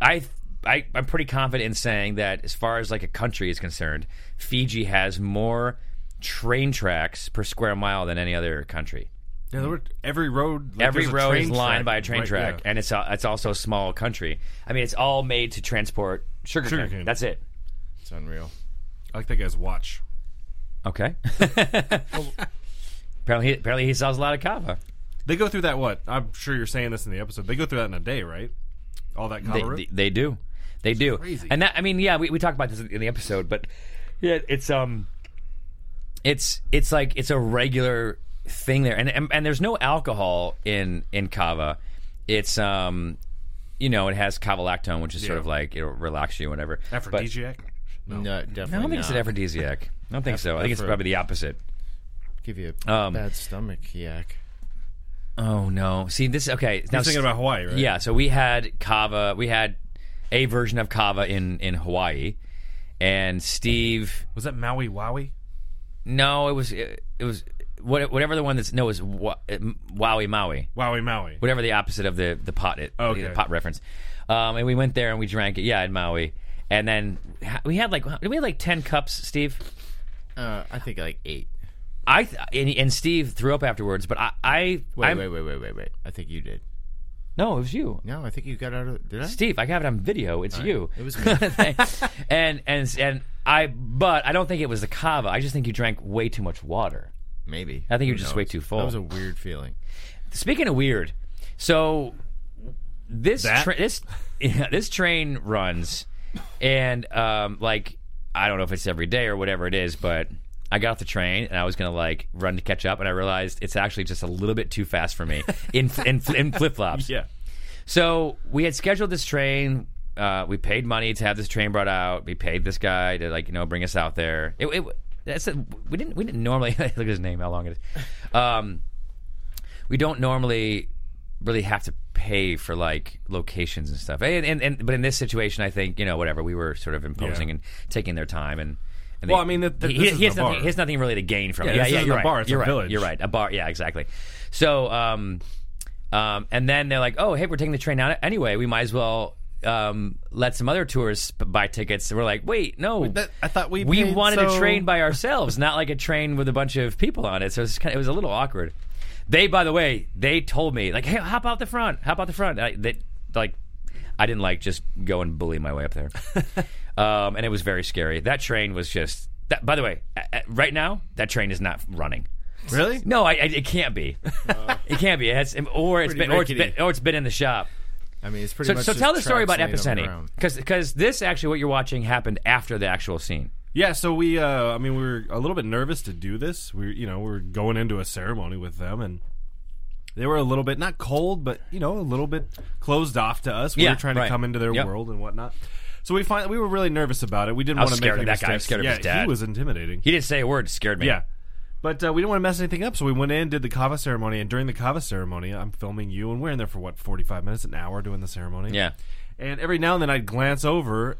Speaker 1: I, I, I'm pretty confident in saying that as far as like a country is concerned, Fiji has more train tracks per square mile than any other country.
Speaker 3: Yeah, there were every road. like,
Speaker 1: Every
Speaker 3: there's a
Speaker 1: row
Speaker 3: train
Speaker 1: is lined
Speaker 3: track.
Speaker 1: by a train
Speaker 3: Right,
Speaker 1: track,
Speaker 3: yeah.
Speaker 1: and it's a, it's also a small country. I mean, it's all made to transport sugar
Speaker 3: Sugarcane.
Speaker 1: cane. That's it.
Speaker 2: It's unreal.
Speaker 3: I like that guy's watch.
Speaker 1: Okay. (laughs) apparently, apparently he sells a lot of kava.
Speaker 3: They go through that. What I'm sure you're saying this in the episode. They go through that in a day, right? All that
Speaker 1: They,
Speaker 3: kava.
Speaker 1: they, they do, they do.
Speaker 3: Oh, crazy.
Speaker 1: And that I mean, yeah, we, we talked about this in the episode, but yeah, it's um, it's it's like it's a regular thing there, and and, and there's no alcohol in in kava. It's um, you know, it has kava lactone, which is sort
Speaker 3: Yeah.
Speaker 1: of like it'll relax you, whatever. But-
Speaker 3: Aphrodisiac.
Speaker 2: No, definitely.
Speaker 1: I don't think it's
Speaker 2: not.
Speaker 1: an aphrodisiac. I don't think so. I think it's
Speaker 2: Aphro-
Speaker 1: probably the opposite.
Speaker 2: give you a
Speaker 1: Um,
Speaker 2: bad stomach yak.
Speaker 1: Oh no! See this? Okay, now
Speaker 3: I'm thinking about Hawaii, right?
Speaker 1: Yeah, so we had kava. We had a version of kava in in Hawaii, and Steve.
Speaker 3: Was that Maui Waui?
Speaker 1: No, it was it, it was what, whatever the one that's no it was wa- it- Wowie Maui,
Speaker 3: Waui Maui.
Speaker 1: whatever the opposite of the the pot it,
Speaker 3: Okay.
Speaker 1: the pot reference. Um, and we went there and we drank it. Yeah, in Maui, and then ha- we had like we had like ten cups, Steve.
Speaker 2: Uh, I think like eight.
Speaker 1: I th- and, and Steve threw up afterwards, but I I
Speaker 2: Wait,
Speaker 1: I'm-
Speaker 2: wait, wait, wait, wait, wait. I think you did.
Speaker 1: no, it was you.
Speaker 2: No, I think you got out of. Did I?
Speaker 1: Steve, I have it on video. It's you.
Speaker 2: It was
Speaker 1: (laughs)
Speaker 2: me.
Speaker 1: and and and I, but I don't think it was the kava. I just think you drank way too much water.
Speaker 2: Maybe.
Speaker 1: I think
Speaker 2: Who
Speaker 1: you're just way
Speaker 2: knows?
Speaker 1: too full.
Speaker 2: That was a weird feeling.
Speaker 1: Speaking of weird, so this
Speaker 3: That?
Speaker 1: tra- this yeah, this train runs, and um, like I don't know if it's every day or whatever it is, but I got off the train and I was gonna like run to catch up, and I realized it's actually just a little bit too fast for me in in, in flip flops.
Speaker 3: Yeah.
Speaker 1: So we had scheduled this train. Uh, we paid money to have this train brought out. We paid this guy to like you know bring us out there. It, it that's a, we didn't we (laughs) didn't normally look at his name how long it is. Um, we don't normally really have to pay for like locations and stuff. And, and, and but in this situation, I think you know whatever we were sort of imposing
Speaker 3: Yeah.
Speaker 1: and taking their time and. and
Speaker 3: Well, I mean, that- that-
Speaker 1: he,
Speaker 3: this
Speaker 1: he-
Speaker 3: is
Speaker 1: he has
Speaker 3: the
Speaker 1: nothing,
Speaker 3: bar.
Speaker 1: he has nothing really to gain from
Speaker 3: Yeah,
Speaker 1: it. Yeah,
Speaker 3: this
Speaker 1: yeah,
Speaker 3: isn't
Speaker 1: you're
Speaker 3: a
Speaker 1: right.
Speaker 3: bar, it's a
Speaker 1: you're right.
Speaker 3: village.
Speaker 1: You're right. A bar. Yeah, exactly. So, um, um, and then they're like, "Oh, hey, we're taking the train out anyway. We might as well." Um, let some other tourists b- buy tickets. And we're like, wait, no,
Speaker 2: that- I thought we
Speaker 1: we
Speaker 2: paid,
Speaker 1: wanted a
Speaker 2: so-
Speaker 1: train by ourselves, not like a train with a bunch of people on it. So it's kind of, it was a little awkward. They, by the way, they told me like, "Hey, hop out the front, hop out the front." I, they, like, I didn't like just go and bully my way up
Speaker 2: (laughs)
Speaker 1: there, um, and it was very scary. That train was just. That, by the way, a- a- right now that train is not running.
Speaker 2: Really?
Speaker 1: No, I, I, it can't be. it can't be. It has, or it's
Speaker 2: Uh, Pretty
Speaker 1: been, or it's
Speaker 2: rickety.
Speaker 1: been, or it's been in the shop.
Speaker 2: I mean, it's pretty
Speaker 1: So,
Speaker 2: much.
Speaker 1: so
Speaker 2: just
Speaker 1: tell the story about
Speaker 2: tracks laying on the
Speaker 1: Epicenter,
Speaker 2: ground.
Speaker 1: because this actually what you're watching happened after the actual scene.
Speaker 3: Yeah, so we, uh, I mean, we were a little bit nervous to do this. We, you know, we were going into a ceremony with them, and they were a little bit not cold, but you know, a little bit closed off to us. We
Speaker 1: Yeah,
Speaker 3: were trying
Speaker 1: right.
Speaker 3: to come into their
Speaker 1: Yep.
Speaker 3: world and whatnot. So we find we were really nervous about it. We didn't
Speaker 1: I was
Speaker 3: want to make
Speaker 1: scared
Speaker 3: any
Speaker 1: of that guy. I was
Speaker 3: mistakes.
Speaker 1: scared of
Speaker 3: yeah,
Speaker 1: his dad.
Speaker 3: He was intimidating.
Speaker 1: He didn't say a word. it Scared me.
Speaker 3: Yeah. But uh, we didn't want to mess anything up, so we went in, did the kava ceremony, and during the kava ceremony, I'm filming you, and we're in there for what 45 minutes, an hour doing the ceremony.
Speaker 1: Yeah.
Speaker 3: And every now and then I'd glance over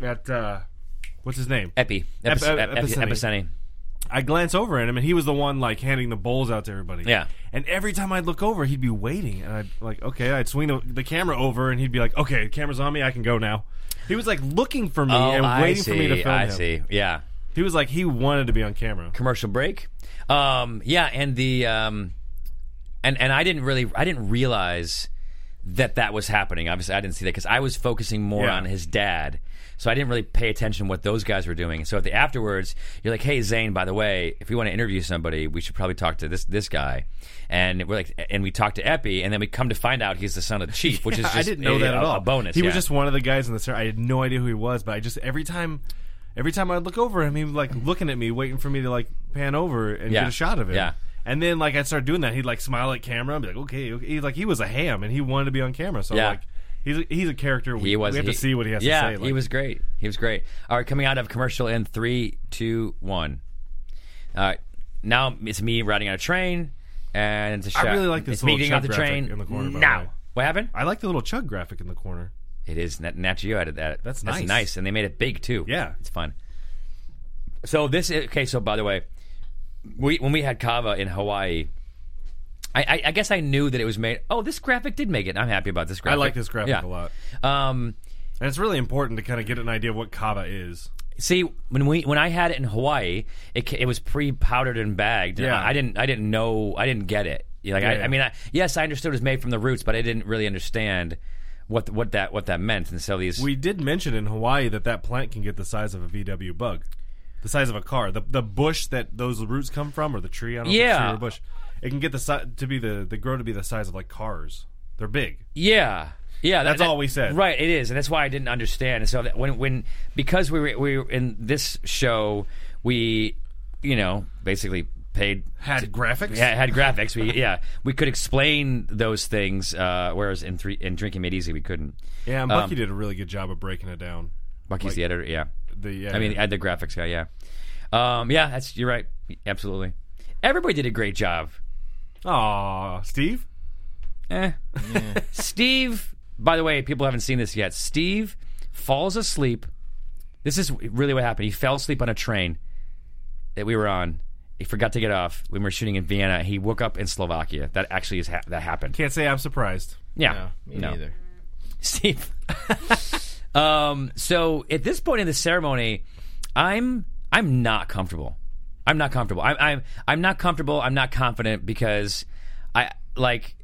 Speaker 3: at uh, what's his name?
Speaker 1: Epi. Epi.
Speaker 3: Ep-
Speaker 1: Ep- Epi-
Speaker 3: Epiceni.
Speaker 1: Epiceni.
Speaker 3: I glance over at him, and he was the one like handing the bowls out to everybody.
Speaker 1: Yeah.
Speaker 3: And every time I'd look over, he'd be waiting, and I'd like, okay, I'd swing the, the camera over, and he'd be like, okay, the camera's on me, I can go now. He was like looking for me
Speaker 1: Oh,
Speaker 3: and
Speaker 1: I
Speaker 3: waiting for me to
Speaker 1: see,
Speaker 3: film
Speaker 1: I
Speaker 3: him.
Speaker 1: see. Yeah.
Speaker 3: He was like, he wanted to be on camera.
Speaker 1: Commercial break. Um, yeah, and the um, and and I didn't really I didn't realize that that was happening. Obviously, I didn't see that because I was focusing more
Speaker 3: Yeah.
Speaker 1: on his dad, so I didn't really pay attention to what those guys were doing. So at the afterwards, you're like, "Hey, Zane, by the way, if we want to interview somebody, we should probably talk to this this guy." And we're like, and we talked to Epi, and then we come to find out he's the son of the chief, which is just
Speaker 3: (laughs) I didn't know
Speaker 1: a,
Speaker 3: that at
Speaker 1: a-
Speaker 3: all.
Speaker 1: A bonus.
Speaker 3: He
Speaker 1: yeah.
Speaker 3: was just one of the guys in the cer I had no idea who he was, but I just every time, every time I'd look over him, he was like looking at me, waiting for me to like pan over and
Speaker 1: Yeah.
Speaker 3: get a shot of him.
Speaker 1: Yeah.
Speaker 3: And then like I'd start doing that, he'd like smile at camera and be like, okay, okay. He, like he was a ham and he wanted to be on camera, so
Speaker 1: Yeah.
Speaker 3: like he's a, he's a character. We,
Speaker 1: He was.
Speaker 3: we have
Speaker 1: he-
Speaker 3: to see what he has
Speaker 1: yeah,
Speaker 3: to say. Like,
Speaker 1: he was great. He was great. All right, coming out of commercial in three, two, one. All right, now it's me riding on a train, and it's a shot.
Speaker 3: really like this
Speaker 1: It's
Speaker 3: little
Speaker 1: me getting off
Speaker 3: chug
Speaker 1: the
Speaker 3: graphic
Speaker 1: train
Speaker 3: in the corner, by the way.
Speaker 1: now. What happened?
Speaker 3: I like the little chug graphic in the corner.
Speaker 1: It is Nat, Nat Geo added that.
Speaker 3: That's
Speaker 1: That's
Speaker 3: nice.
Speaker 1: nice, and they made it big too.
Speaker 3: Yeah.
Speaker 1: it's fun. So this is, okay. So by the way, we when we had kava in Hawaii. I, I, I guess I knew that it was made. Oh, this graphic did make it. I'm happy about this
Speaker 3: I
Speaker 1: graphic.
Speaker 3: like this graphic
Speaker 1: Yeah.
Speaker 3: a lot,
Speaker 1: Um,
Speaker 3: and it's really important to kind of get an idea of what kava is.
Speaker 1: See, when we when I had it in Hawaii, it ca- it was pre powdered and bagged. and
Speaker 3: Yeah.
Speaker 1: I, I didn't I didn't know I didn't get it. You know, Like I,
Speaker 3: Yeah.
Speaker 1: I mean, I, yes, I understood it was made from the roots, but I didn't really understand what th- what that what that meant. And so these
Speaker 3: We did mention in Hawaii that that plant can get the size of a VW bug, the size of a car. The the bush that those roots come from, or the tree. I don't know if it's
Speaker 1: Yeah.
Speaker 3: tree or bush. It can get the si- to be the they grow to be the size of like cars. They're big.
Speaker 1: Yeah. Yeah, that-
Speaker 3: That's
Speaker 1: that-
Speaker 3: all we said.
Speaker 1: Right, it is, and that's why I didn't understand. And so that when when because we were we were in this show, we you know basically paid
Speaker 3: Had graphics.
Speaker 1: yeah, had graphics. We yeah we could explain those things, uh, whereas in three in drinking made easy we couldn't.
Speaker 3: yeah. And
Speaker 1: Um,
Speaker 3: Bucky did a really good job of breaking it down.
Speaker 1: Bucky's the editor. Yeah,
Speaker 3: The
Speaker 1: I mean,
Speaker 3: yeah.
Speaker 1: uh, the graphics guy. Yeah, um, yeah. That's you're right. Absolutely. Everybody did a great job.
Speaker 3: aw, Steve.
Speaker 1: Eh. (laughs) Steve. By the way, people haven't seen this yet. Steve falls asleep. This is really what happened. He fell asleep on a train that we were on. He forgot to get off when we were shooting in Vienna. He woke up in Slovakia. That actually is ha- that happened.
Speaker 3: Can't say I'm surprised.
Speaker 1: Yeah.
Speaker 2: No, me
Speaker 1: No.
Speaker 2: neither.
Speaker 1: Steve. (laughs) um, so at this point in the ceremony, I'm I'm not comfortable. I'm not comfortable. I'm I'm I'm not comfortable. I'm not confident because I like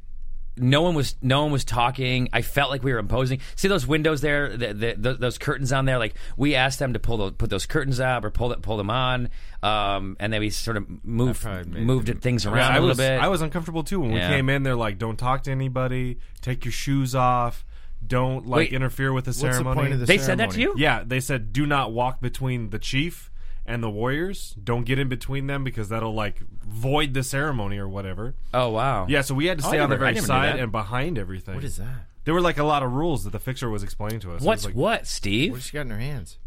Speaker 1: no one was no one was talking. I felt like we were imposing. See those windows there, the, the, th those curtains on there. Like we asked them to pull the, put those curtains up or pull that pull them on, um, and then we sort of moved
Speaker 2: probably made
Speaker 1: moved things around
Speaker 3: I
Speaker 1: a little
Speaker 3: was
Speaker 1: bit.
Speaker 3: I was uncomfortable too when
Speaker 1: Yeah.
Speaker 3: we came in. They're like, don't talk to anybody. Take your shoes off. Don't like
Speaker 1: Wait,
Speaker 3: interfere with the
Speaker 2: What's
Speaker 3: ceremony.
Speaker 2: the point of the
Speaker 1: they said that to
Speaker 2: ceremony?
Speaker 1: you?
Speaker 3: Yeah, they said do not walk between the chief and the warriors. Don't get in between them because that'll like void the ceremony or whatever.
Speaker 1: Oh wow.
Speaker 3: Yeah, so we had to stay
Speaker 1: I
Speaker 3: on the
Speaker 1: never- I
Speaker 3: very
Speaker 1: never knew
Speaker 3: side
Speaker 1: that.
Speaker 3: and behind everything.
Speaker 2: What is that?
Speaker 3: There were like a lot of rules that the fixer was explaining to us. It was
Speaker 1: What's
Speaker 3: like,
Speaker 1: what, Steve?
Speaker 2: What she got in her hands?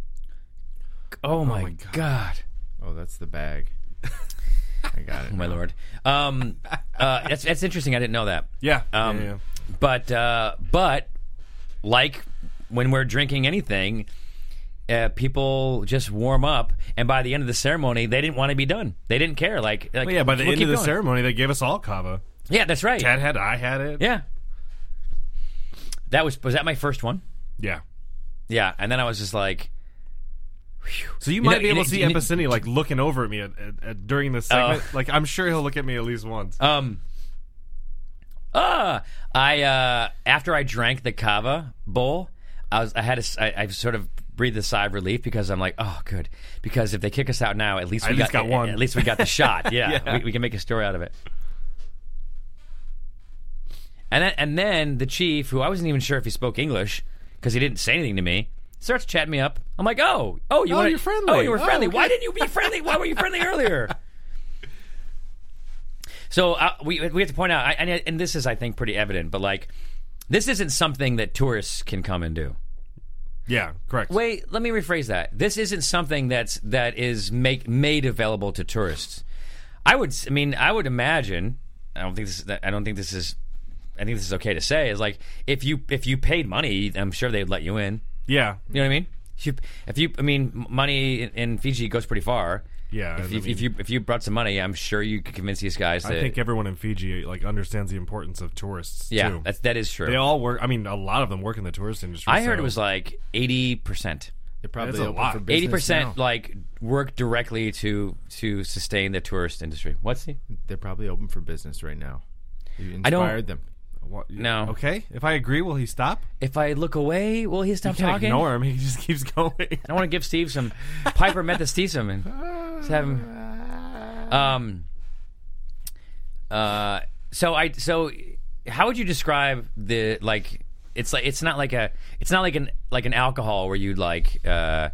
Speaker 1: oh, my
Speaker 3: God.
Speaker 1: god. (laughs)
Speaker 2: Oh, that's the bag. I got it.
Speaker 1: Oh my lord. Um, uh, that's that's interesting. I didn't know that.
Speaker 3: Yeah.
Speaker 1: Um,
Speaker 3: yeah, yeah.
Speaker 1: But uh, but like when we're drinking anything, uh, people just warm up, and by the end of the ceremony, they didn't want to be done. They didn't care. Like, like
Speaker 3: Well, yeah, by the
Speaker 1: we'll
Speaker 3: end
Speaker 1: keep
Speaker 3: of the
Speaker 1: going.
Speaker 3: ceremony, they gave us all kava.
Speaker 1: Yeah, that's right.
Speaker 3: Dad had, it, I had it.
Speaker 1: Yeah. That was was that my first one?
Speaker 3: Yeah.
Speaker 1: Yeah, and then I was just like,
Speaker 3: So you,
Speaker 1: know,
Speaker 3: might be
Speaker 1: you
Speaker 3: able
Speaker 1: know-
Speaker 3: to see
Speaker 1: you know-
Speaker 3: Epicini like looking over at me at, at, at- during
Speaker 1: Oh.
Speaker 3: this segment. like I'm sure he'll look at me at least once.
Speaker 1: um, ah, I uh, after I drank the cava bowl, I was I had a s I I sort of breathed a sigh of relief because I'm like, oh, good, because if they kick us out now, at least we
Speaker 3: At least got one.
Speaker 1: At least we got the
Speaker 3: (laughs)
Speaker 1: shot. Yeah, We, we can make a story out of it. And then, and then the chief, who I wasn't even sure if he spoke English because he didn't say anything to me, starts chatting me up. I'm like, oh, oh, you
Speaker 3: Oh,
Speaker 1: wanna-
Speaker 3: you're friendly.
Speaker 1: Oh, you were
Speaker 3: Oh,
Speaker 1: friendly.
Speaker 3: okay.
Speaker 1: Why didn't you be friendly? Why were you friendly
Speaker 3: (laughs)
Speaker 1: earlier? So uh, we we have to point out, I, and, and this is, I think, pretty evident, but like, this isn't something that tourists can come and do.
Speaker 3: yeah, correct.
Speaker 1: Wait, let me rephrase that. This isn't something that's that is make made available to tourists. I would, s- I mean, I would imagine. I don't think this. I don't think this is. I think this is okay to say. Is like if you if you paid money, I'm sure they'd let you in.
Speaker 3: Yeah,
Speaker 1: You know what I mean? If you, if you I mean, m- money in, in Fiji goes pretty far.
Speaker 3: yeah.
Speaker 1: If,
Speaker 3: I
Speaker 1: you
Speaker 3: mean,
Speaker 1: if you if you brought some money, I'm sure you could convince these guys. To,
Speaker 3: I think everyone in Fiji like understands the importance of tourists.
Speaker 1: yeah,
Speaker 3: too.
Speaker 1: that's that is true.
Speaker 3: they all work. I mean, a lot of them work in the tourist industry.
Speaker 1: I heard
Speaker 3: so-
Speaker 1: it was like eighty percent.
Speaker 2: They're probably
Speaker 3: That's a
Speaker 2: open
Speaker 3: lot.
Speaker 2: for business
Speaker 1: Eighty percent
Speaker 2: now.
Speaker 1: like work directly to to sustain the tourist industry. What's the
Speaker 2: They're probably open for business right now. You inspired
Speaker 1: I don't-
Speaker 2: them.
Speaker 3: What-
Speaker 1: No.
Speaker 3: Okay, if I agree, will he stop?
Speaker 1: if I look away, will he stop
Speaker 3: You can't
Speaker 1: talking?
Speaker 3: ignore him. He just keeps (laughs) going.
Speaker 1: I want to give Steve some Piper methastisum and just have him. Um. Uh. So I. So, how would you describe the like? It's like it's not like a. It's not like an like an alcohol where you like. uh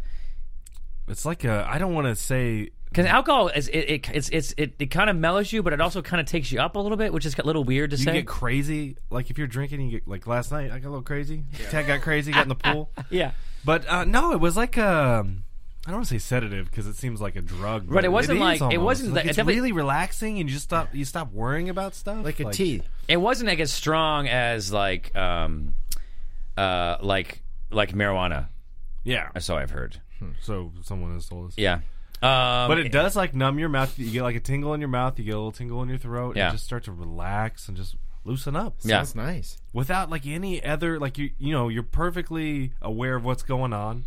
Speaker 3: It's like a. I don't want to say.
Speaker 1: because alcohol is it, it it's it's it, it kind of mellows you, but it also kind of takes you up a little bit, which is a little weird to
Speaker 3: You
Speaker 1: say.
Speaker 3: get crazy. Like if you're drinking, you get like last night. I got a little crazy. Ted got crazy. Got in
Speaker 1: (laughs)
Speaker 3: the pool.
Speaker 1: yeah,
Speaker 3: But uh, no, it was like a. I don't want to say sedative because it seems like a drug, but,
Speaker 1: it wasn't
Speaker 3: is
Speaker 1: like- it
Speaker 3: almost.
Speaker 1: wasn't
Speaker 3: Like,
Speaker 1: the- it
Speaker 3: it's
Speaker 1: definitely-
Speaker 3: really relaxing, and you just stop. You stop worrying about stuff,
Speaker 2: Like a tea.
Speaker 1: it wasn't like as strong as like um, uh, like like marijuana.
Speaker 3: Yeah.
Speaker 1: So I've heard.
Speaker 3: So someone has told us.
Speaker 1: Yeah, um, but
Speaker 3: But it does like numb your mouth. You get like a tingle in your mouth. You get a little tingle in your throat.
Speaker 1: Yeah.
Speaker 3: And you just start to relax and just loosen up.
Speaker 1: Yeah.
Speaker 2: That's nice.
Speaker 3: Without like any other like you you know you're perfectly aware of what's going on.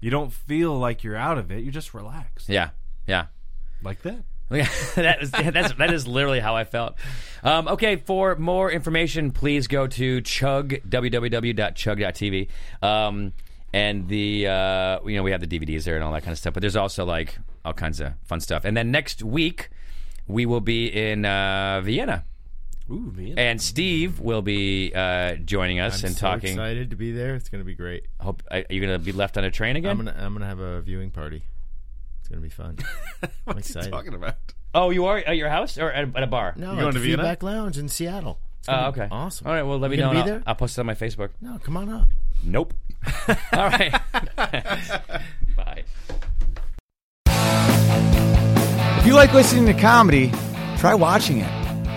Speaker 3: You don't feel like you're out of it. You're just relaxed
Speaker 1: yeah, yeah. (laughs)
Speaker 3: like that.
Speaker 1: that is (laughs) that's, that is literally how I felt. Um, okay, for more information, please go to chug www.chug.tv. Um, and the uh, you know we have the DVDs there and all that kind of stuff, but there's also like all kinds of fun stuff. And then next week we will be in uh, Vienna,
Speaker 3: Ooh man.
Speaker 1: and Steve will be uh, joining us and
Speaker 2: so
Speaker 1: talking.
Speaker 2: excited to be there. It's gonna be great.
Speaker 1: Hope are you going to be left on a train again?
Speaker 2: I'm gonna I'm gonna have a viewing party. It's gonna
Speaker 1: (laughs)
Speaker 2: be fun. I'm excited.
Speaker 3: about?
Speaker 1: oh, you are at your house or at, at a bar?
Speaker 2: No,
Speaker 3: You
Speaker 2: at
Speaker 3: going to
Speaker 2: the
Speaker 3: Vienna?
Speaker 2: Feedback Lounge in Seattle. It's
Speaker 1: Oh,
Speaker 2: gonna be
Speaker 1: okay.
Speaker 2: Awesome.
Speaker 1: All right. Well, let me
Speaker 2: You
Speaker 1: know.
Speaker 2: gonna
Speaker 1: and
Speaker 2: be
Speaker 1: I'll,
Speaker 2: there?
Speaker 1: I'll post it on my
Speaker 2: (laughs)
Speaker 1: Facebook.
Speaker 2: No, come on up.
Speaker 1: Nope. (laughs) All
Speaker 2: (laughs)
Speaker 1: right. (laughs) Bye.
Speaker 4: If you like listening to comedy, try watching it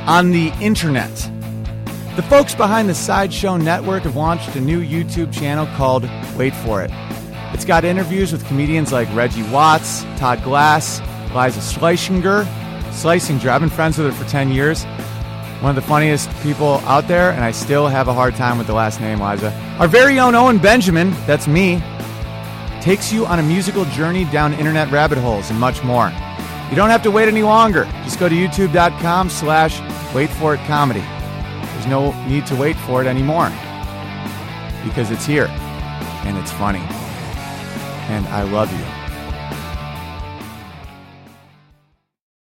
Speaker 4: on the internet. The folks behind the Sideshow Network have launched a new YouTube channel called Wait For It. It's got interviews with comedians like Reggie Watts, Todd Glass, Liza Schlesinger, Schlesinger. I've been friends with her for 10 years. One of the funniest people out there, and I still have a hard time with the last name, Liza. Our very own Owen Benjamin, that's me, takes you on a musical journey down internet rabbit holes and much more. You don't have to wait any longer. Just go to youtube.com slash wait for it comedy. There's no need to wait for it anymore because it's here and it's funny. And I love you.